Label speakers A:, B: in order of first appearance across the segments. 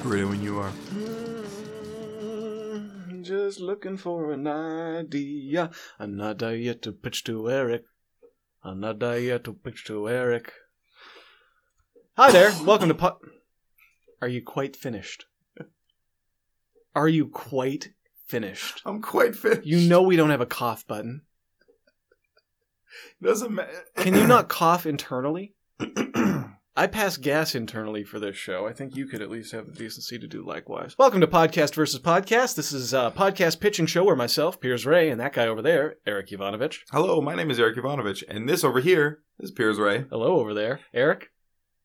A: operator when you are.
B: Mm, Just looking for an idea. An idea to pitch to Eric. An idea to pitch to Eric. Hi there. Welcome to Pot. Are you quite finished? Are you quite finished?
A: I'm quite fit.
B: You know we don't have a cough button.
A: Doesn't matter.
B: Can you not cough internally? I pass gas internally for this show. I think you could at least have the decency to do likewise. Welcome to Podcast versus Podcast. This is a podcast pitching show where myself, Piers Ray, and that guy over there, Eric Ivanovich.
A: Hello, my name is Eric Ivanovich, and this over here is Piers Ray,
B: Hello over there, Eric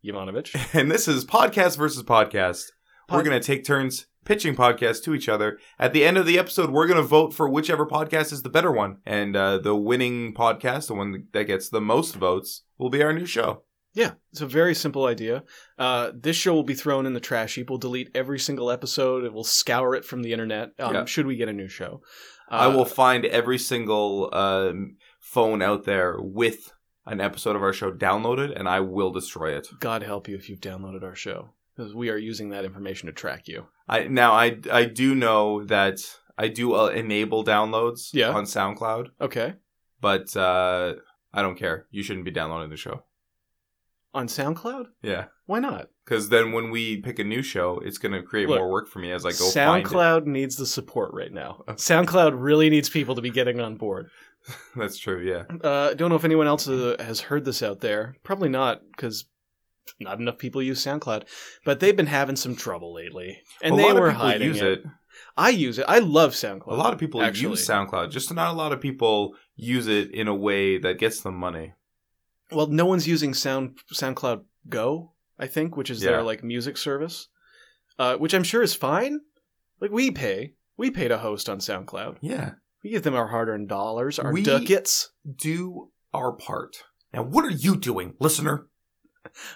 B: Ivanovich.
A: and this is Podcast versus Podcast. we're
B: Pod-
A: going to take turns pitching podcasts to each other. At the end of the episode, we're going to vote for whichever podcast is the better one, and uh, the winning podcast, the one that gets the most votes, will be our new show.
B: Yeah, it's a very simple idea. Uh, this show will be thrown in the trash heap. We'll delete every single episode. It will scour it from the internet. Um,
A: Yeah.
B: Should we get a new show? Uh,
A: I will find every single um phone out there with an episode of our show downloaded, and I will destroy it.
B: God help you if you've downloaded our show because we are using that information to track you.
A: I now I I do know that I do uh, enable downloads
B: Yeah.
A: on SoundCloud,
B: Okay,
A: but uh, I don't care. You shouldn't be downloading the show.
B: on SoundCloud?
A: Yeah,
B: Why not?
A: because then when we pick a new show, it's gonna create
B: Look,
A: more work for me as I go find
B: SoundCloud needs the support right now. SoundCloud really needs people to be getting on board.
A: it. That's true. Yeah,
B: Uh, don't know if anyone else uh, has heard this out there. Probably not, because not enough people use SoundCloud. But they've been having some trouble lately, and
A: a
B: they
A: lot
B: were
A: of people
B: hiding
A: use
B: it. I use it. I love SoundCloud.
A: A lot of people
B: actually.
A: use SoundCloud, just not a lot of people use it in a way that gets them money.
B: Well, no one's using Sound SoundCloud Go, I think, which is
A: Yeah.
B: their like music service, uh, which I'm sure is fine. Like we pay, we pay to host on SoundCloud.
A: Yeah,
B: We give them our hard-earned dollars, our
A: We-
B: ducats.
A: do our part. Now, what are you doing, listener?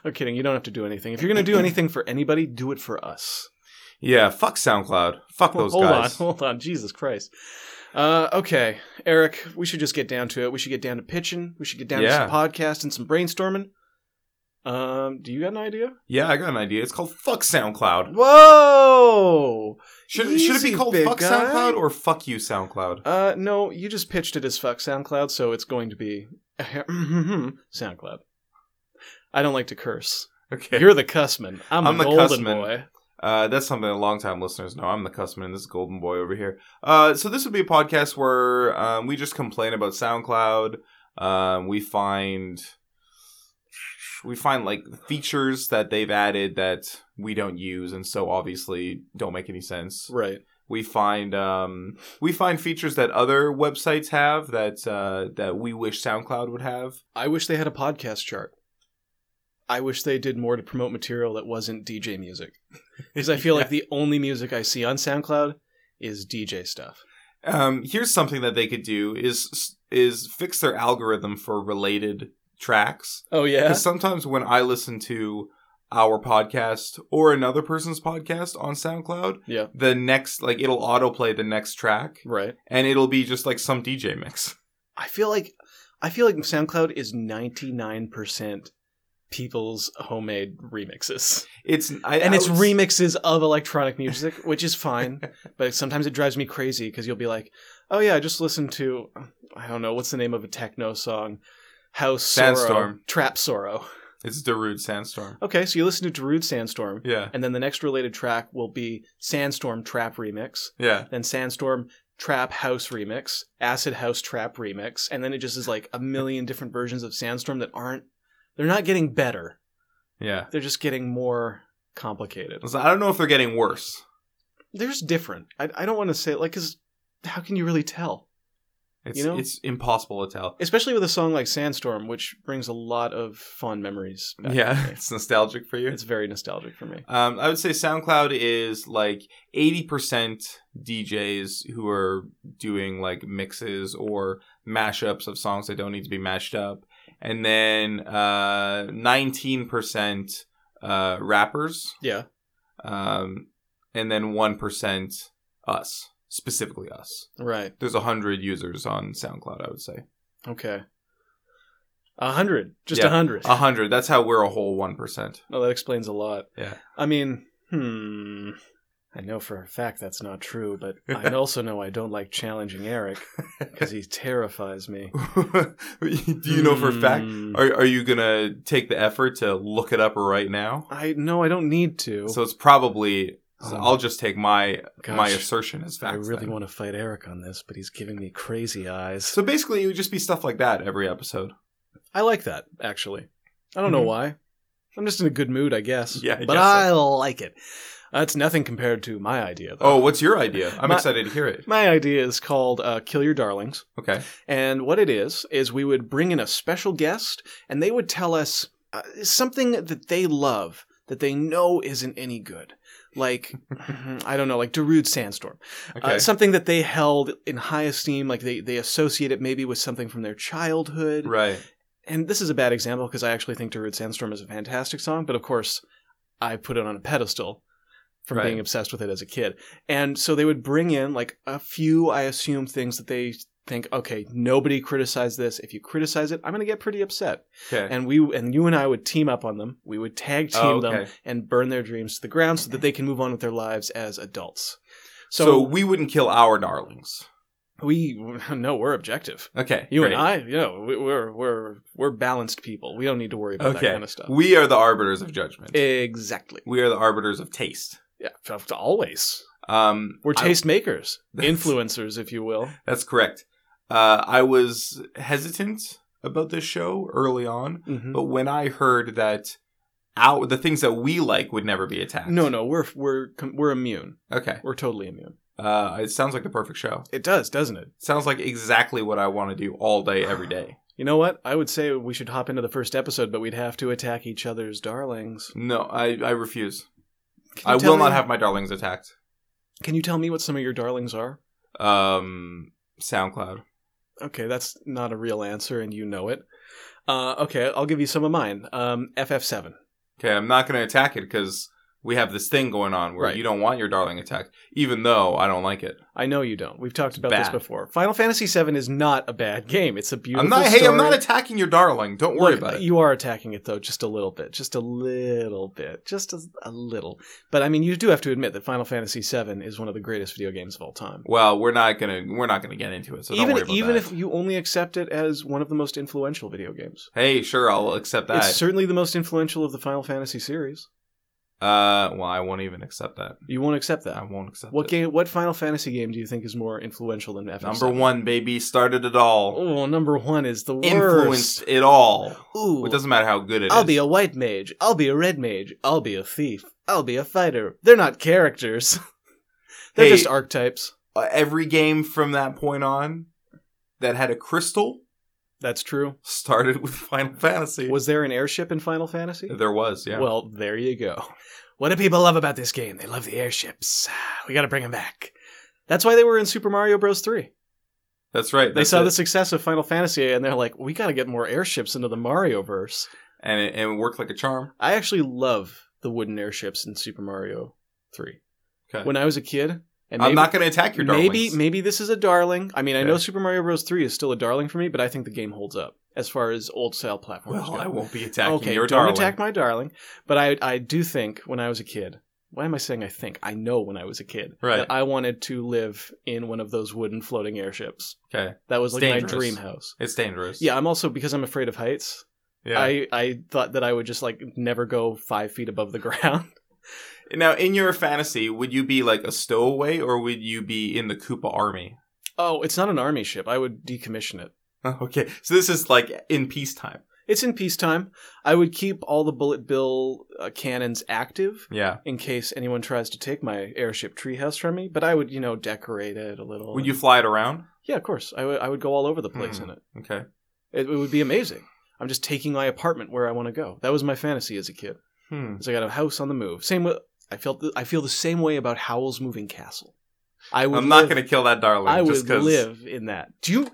B: I'm kidding. You don't have to do anything. If you're going to do anything for anybody, do it for us.
A: Yeah, fuck SoundCloud. Fuck those
B: hold
A: guys.
B: on, hold on. Jesus Christ. Uh, okay, Eric, we should just get down to it. We should get down to pitching. We should get down
A: Yeah.
B: to some podcast and some brainstorming. Um, do you got an idea?
A: Yeah, I got an idea. It's called Fuck SoundCloud.
B: Whoa!
A: Should, should it be
B: Easy,
A: called
B: big
A: Fuck
B: guy.
A: SoundCloud or Fuck You SoundCloud?
B: Uh, no, you just pitched it as fuck SoundCloud, so it's going to be SoundCloud. I don't like to curse.
A: Okay.
B: You're the cussman. I'm,
A: I'm
B: a
A: the
B: golden
A: cussman.
B: boy.
A: Uh, that's something that longtime listeners know. I'm the customer, and this is Golden Boy over here. Uh, so this would be a podcast where um, we just complain about SoundCloud. Um, we find we find like features that they've added that we don't use, and so obviously don't make any sense.
B: Right.
A: We find um, we find features that other websites have that uh, that we wish SoundCloud would have.
B: I wish they had a podcast chart. I wish they did more to promote material that wasn't DJ music. Because I feel like the only music I see on SoundCloud is DJ stuff.
A: um, here's something that they could do is is fix their algorithm for related tracks
B: Oh, yeah?
A: 'Cause sometimes when i listen to our podcast or another person's podcast on soundcloud
B: Yeah.
A: the next like it'll autoplay the next track
B: Right.
A: and it'll be just like some dj mix
B: I feel like I feel like SoundCloud is 99% people's homemade remixes.
A: it's I,
B: and
A: I
B: it's
A: would s-
B: remixes of electronic music, which is fine, but sometimes it drives me crazy because you'll be like, "Oh yeah, I just listened to I don't know what's the name of a techno song, House Sorrow,
A: Sandstorm.
B: Trap Sorrow."
A: it's darude sandstorm
B: Okay, so you listen to Darude Sandstorm,
A: yeah
B: and then the next related track will be Sandstorm Trap Remix,
A: yeah
B: then Sandstorm Trap House Remix, Acid House Trap Remix, and then it just is like a million different versions of Sandstorm that aren't they're not getting better.
A: yeah
B: They're just getting more complicated.
A: so i don't know if they're getting worse
B: they're just different. I, I don't want to say like, cause how can you really tell?
A: it's
B: You know?
A: it's impossible to tell
B: Especially with a song like Sandstorm, which brings a lot of fond memories. Back
A: yeah
B: to me.
A: it's nostalgic for you
B: it's very nostalgic for me.
A: Um, I would say SoundCloud is like 80% DJs who are doing like mixes or mashups of songs that don't need to be mashed up. And then uh, 19% uh, rappers.
B: Yeah,
A: Um, and then 1% us, specifically us.
B: right.
A: There's 100 users on SoundCloud, I would say.
B: Okay, a hundred, just a
A: Yeah,
B: hundred.
A: 100. That's how we're a whole 1%.
B: Oh, that explains a lot.
A: Yeah.
B: I mean, Hmm. I know for a fact that's not true, but I also know I don't like challenging Eric because he terrifies me.
A: Do you know for a fact?
B: Hmm.
A: Are, are you gonna take the effort to look it up right now?
B: I no, I don't need to.
A: So it's probably. so
B: Oh,
A: I'll just take my
B: gosh.
A: my assertion as fact.
B: I really
A: then.
B: want to fight Eric on this, but he's giving me crazy eyes.
A: So basically, it would just be stuff like that every episode.
B: I like that actually. I don't know
A: Mhm.
B: why. I'm just in a good mood, I guess.
A: Yeah, I
B: but
A: guess so.
B: I like it. That's nothing compared to my idea. Though.
A: Oh, what's your idea? I'm
B: My-
A: excited to hear it.
B: My idea is called uh, "Kill Your Darlings."
A: Okay.
B: And what it is, is we would bring in a special guest and they would tell us uh, something that they love that they know isn't any good. Like, I don't know, like Darude Sandstorm. Uh,
A: Okay.
B: something that they held in high esteem, like they, they associate it maybe with something from their childhood.
A: right.
B: And this is a bad example because I actually think Darude Sandstorm is a fantastic song, but of course, I put it on a pedestal from
A: Right.
B: being obsessed with it as a kid. And so they would bring in like a few, I assume, things that they think, okay, nobody criticized this. If you criticize it, I'm going to get pretty upset.
A: Okay.
B: And we and you and I would team up on them. We would tag team
A: Oh,
B: them and burn their dreams to the ground so that they can move on with their lives as adults.
A: So,
B: So,
A: we wouldn't kill our darlings.
B: we no, we're objective.
A: Okay.
B: You
A: great.
B: and I, you know, we- we're we're we're balanced people. We don't need to worry about
A: Okay.
B: that kind of stuff.
A: We are the arbiters of judgment.
B: Exactly.
A: we are the arbiters of taste.
B: Yeah, f- always.
A: Um,
B: We're
A: I-
B: taste makers,
A: That's-
B: influencers, if you will.
A: that's correct. Uh, I was hesitant about this show early on,
B: Mm-hmm.
A: but when I heard that our the things that we like would never be attacked.
B: No, no, we're we're com- we're immune.
A: Okay.
B: We're totally immune.
A: Uh, it sounds like the perfect show.
B: It does, doesn't it?
A: Sounds like exactly what I want to do all day, every day.
B: You know what? I would say we should hop into the first episode, but we'd have to attack each other's darlings.
A: No, I, I refuse.
B: Can you
A: I
B: tell
A: will not
B: me-
A: have my darlings attacked.
B: Can you tell me what some of your darlings are?
A: Um, SoundCloud.
B: Okay, that's not a real answer, and you know it. Uh, okay, I'll give you some of mine. Um, FF7.
A: Okay, I'm not going to attack it because we have this thing going on where
B: Right.
A: you don't want your darling attacked, even though I don't like it.
B: I know you don't. We've talked about this
A: bad.
B: before. Final Fantasy VII is not a bad game. It's a beautiful.
A: I'm not. Hey, I'm
B: story.
A: not attacking your darling. Don't worry
B: Look,
A: about it.
B: You are attacking it though, just a little bit, just a little bit, just a, a little. But I mean, you do have to admit that Final Fantasy VII is one of the greatest video games of all time.
A: well, we're not gonna we're not gonna get into it. So don't worry
B: even
A: about
B: even
A: that.
B: if you only accept it as one of the most influential video games,
A: hey, sure, I'll accept that.
B: it's certainly the most influential of the Final Fantasy series.
A: uh, well, I won't even accept that.
B: You won't accept
A: I
B: that.
A: won't accept
B: What
A: it.
B: game? What Final Fantasy game do you think is more influential than FF7?
A: Number one, baby, started it all.
B: Oh, number one is the
A: Influenced
B: worst.
A: it all.
B: Ooh,
A: It doesn't matter how good it is.
B: I'll be a white mage. I'll be a red mage. I'll be a thief. I'll be a fighter. They're not characters. They're
A: Hey.
B: just archetypes.
A: Uh, every game from that point on that had a crystal
B: That's true.
A: started with Final Fantasy.
B: Was there an airship in Final Fantasy?
A: there was, yeah.
B: Well, there you go. What do people love about this game? They love the airships. We got to bring them back. That's why they were in Super Mario Bros. 3.
A: that's right.
B: They
A: that's
B: saw
A: it.
B: the success of Final Fantasy and they're like, we got to get more airships into the Mario verse.
A: and it, and it worked like a charm.
B: I actually love the wooden airships in Super Mario 3.
A: Okay.
B: When I was a kid, and
A: I'm
B: maybe-
A: not going to attack your darlings.
B: Maybe maybe this is a darling. I mean, I
A: Okay.
B: know Super Mario Bros. Three is still a darling for me, but I think the game holds up as far as old style platforms
A: Well,
B: go.
A: I won't be attacking
B: okay,
A: your
B: don't
A: darling.
B: attack my darling. But I I do think when I was a kid. Why am I saying I think? I know when I was a kid
A: Right.
B: that I wanted to live in one of those wooden floating airships.
A: Okay.
B: That was
A: It's
B: like
A: dangerous.
B: my dream house.
A: it's dangerous.
B: Yeah, I'm also because I'm afraid of heights.
A: Yeah.
B: I I thought that I would just like never go five feet above the ground.
A: now, in your fantasy, would you be like a stowaway or would you be in the Koopa army?
B: Oh, it's not an army ship. I would decommission it.
A: Okay. So this is like in peacetime.
B: It's in peacetime. I would keep all the bullet bill uh, cannons active
A: Yeah.
B: in case anyone tries to take my airship treehouse from me. But I would, you know, decorate it a little.
A: Would you fly it around?
B: Yeah, of course. I would. I would go all over the place
A: Hmm.
B: in it.
A: Okay.
B: it. It would be amazing. I'm just taking my apartment where I want to go. That was my fantasy as a kid.
A: Hmm.
B: Is I got a house on the move. Same with. I felt. The, I feel the same way about Howl's Moving Castle. I would.
A: I'm not
B: live-
A: going to kill that darling.
B: I
A: just
B: would
A: 'cause-
B: live in that. Do you?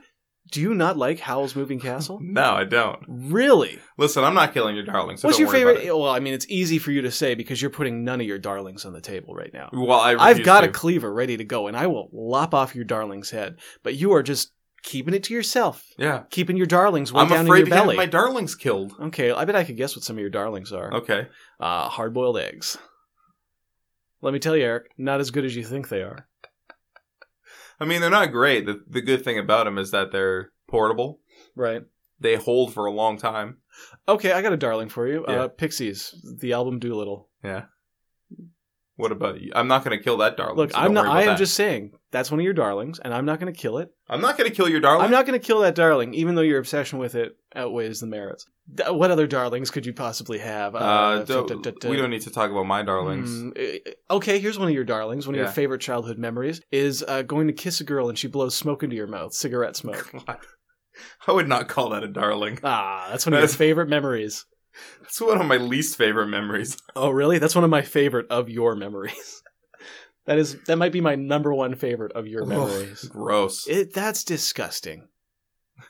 B: Do you not like Howl's Moving Castle?
A: No, I don't.
B: really?
A: Listen, I'm not killing your darling. So
B: What's
A: don't
B: your
A: worry about
B: favorite?
A: it.
B: Well, I mean, it's easy for you to say because you're putting none of your darlings on the table right now.
A: Well, I
B: I've
A: refuse
B: got
A: to.
B: a cleaver ready to go, and I will lop off your darling's head. But you are just keeping it to yourself,
A: yeah.
B: keeping your darlings way
A: I'm
B: down
A: afraid
B: in
A: to
B: your belly.
A: have my darlings killed.
B: okay, I bet I could guess what some of your darlings are.
A: Okay.
B: Uh, hard-boiled eggs, Let me tell you, Eric, not as good as you think they are.
A: I mean, they're not great. The, the good thing about them is that they're portable.
B: Right.
A: They hold for a long time.
B: Okay, I got a darling for you.
A: Yeah.
B: Uh, Pixies, the album Doolittle.
A: What about you? I'm not going to kill that darling.
B: Look,
A: so don't
B: I'm not.
A: worry about
B: I am
A: that.
B: just saying that's one of your darlings, and I'm not going to kill it.
A: I'm not going to kill your darling.
B: I'm not going to kill that darling, even though your obsession with it outweighs the merits. D- what other darlings could you possibly have?
A: Uh,
B: duh,
A: don't-
B: duh, duh, duh.
A: we don't need to talk about my darlings.
B: Mm, uh, okay, here's one of your darlings. One of
A: Yeah.
B: your favorite childhood memories is uh, going to kiss a girl and she blows smoke into your mouth, cigarette smoke.
A: God. I would not call that a darling.
B: ah, that's one of your
A: That's-
B: favorite memories.
A: That's one of my least favorite memories.
B: Oh, really? That's one of my favorite of your memories. that is that might be my number one favorite of your
A: Ugh.
B: memories.
A: Gross.
B: It that's disgusting.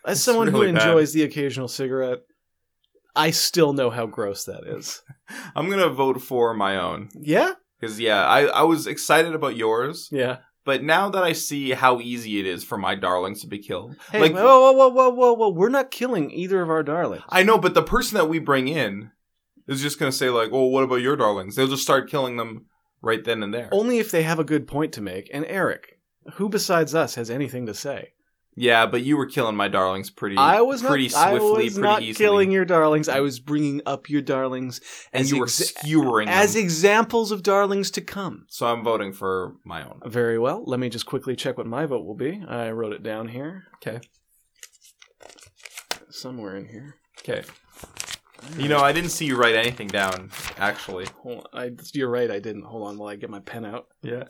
B: As
A: It's
B: someone
A: really
B: who
A: bad.
B: enjoys the occasional cigarette, I still know how gross that is.
A: I'm gonna vote for my own
B: Yeah?
A: because yeah, I I was excited about yours,
B: Yeah.
A: but now that I see how easy it is for my darlings to be killed,
B: Hey,
A: Like-
B: whoa, whoa, whoa, whoa, whoa, whoa. We're not killing either of our darlings.
A: I know. But the person that we bring in is just gonna say like, "Well, what about your darlings?" They'll just start killing them right then and there.
B: Only if they have a good point to make. And Eric, who besides us has anything to say?
A: yeah, but you were killing my darlings pretty.
B: I was
A: pretty
B: not,
A: swiftly,
B: I was
A: pretty
B: not
A: easily,
B: killing your darlings. I was bringing up your darlings
A: and
B: as
A: you were
B: exa-
A: skewering
B: as
A: them.
B: examples of darlings to come.
A: so I'm voting for my own.
B: Very well. Let me just quickly check what my vote will be. I wrote it down here.
A: Okay.
B: Somewhere in here.
A: Okay. You know, I didn't see you write anything down, actually.
B: Hold on. I, you're right. I didn't. Hold on while I get my pen out.
A: Yeah.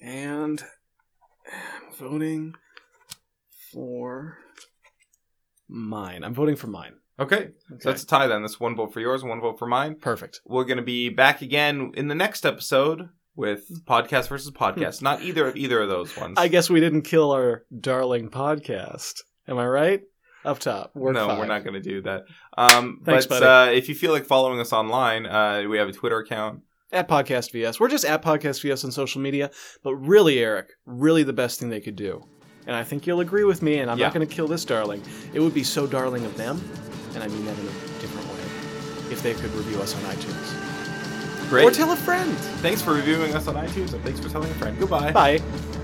B: And I'm voting for mine. I'm voting for mine.
A: Okay.
B: Okay.
A: So that's a tie then. That's one vote for yours, one vote for mine.
B: perfect.
A: We're going to be back again in the next episode with podcast versus podcast. Not either of either of those ones.
B: I guess we didn't kill our darling podcast. Am I right? Up top. We're
A: no, we
B: five.
A: we're not going to do that. Um,
B: Thanks,
A: but
B: buddy.
A: Uh, if you feel like following us online, uh, we have a Twitter account.
B: At Podcast VS. We're just at Podcast VS on social media. But really, Eric, really the best thing they could do. And I think you'll agree with me, and I'm
A: Yeah.
B: not going to kill this darling. It would be so darling of them, and I mean that in a different way, if they could review us on iTunes.
A: Great.
B: Or tell a friend.
A: thanks for reviewing us on iTunes and thanks for telling a friend. Goodbye.
B: Bye.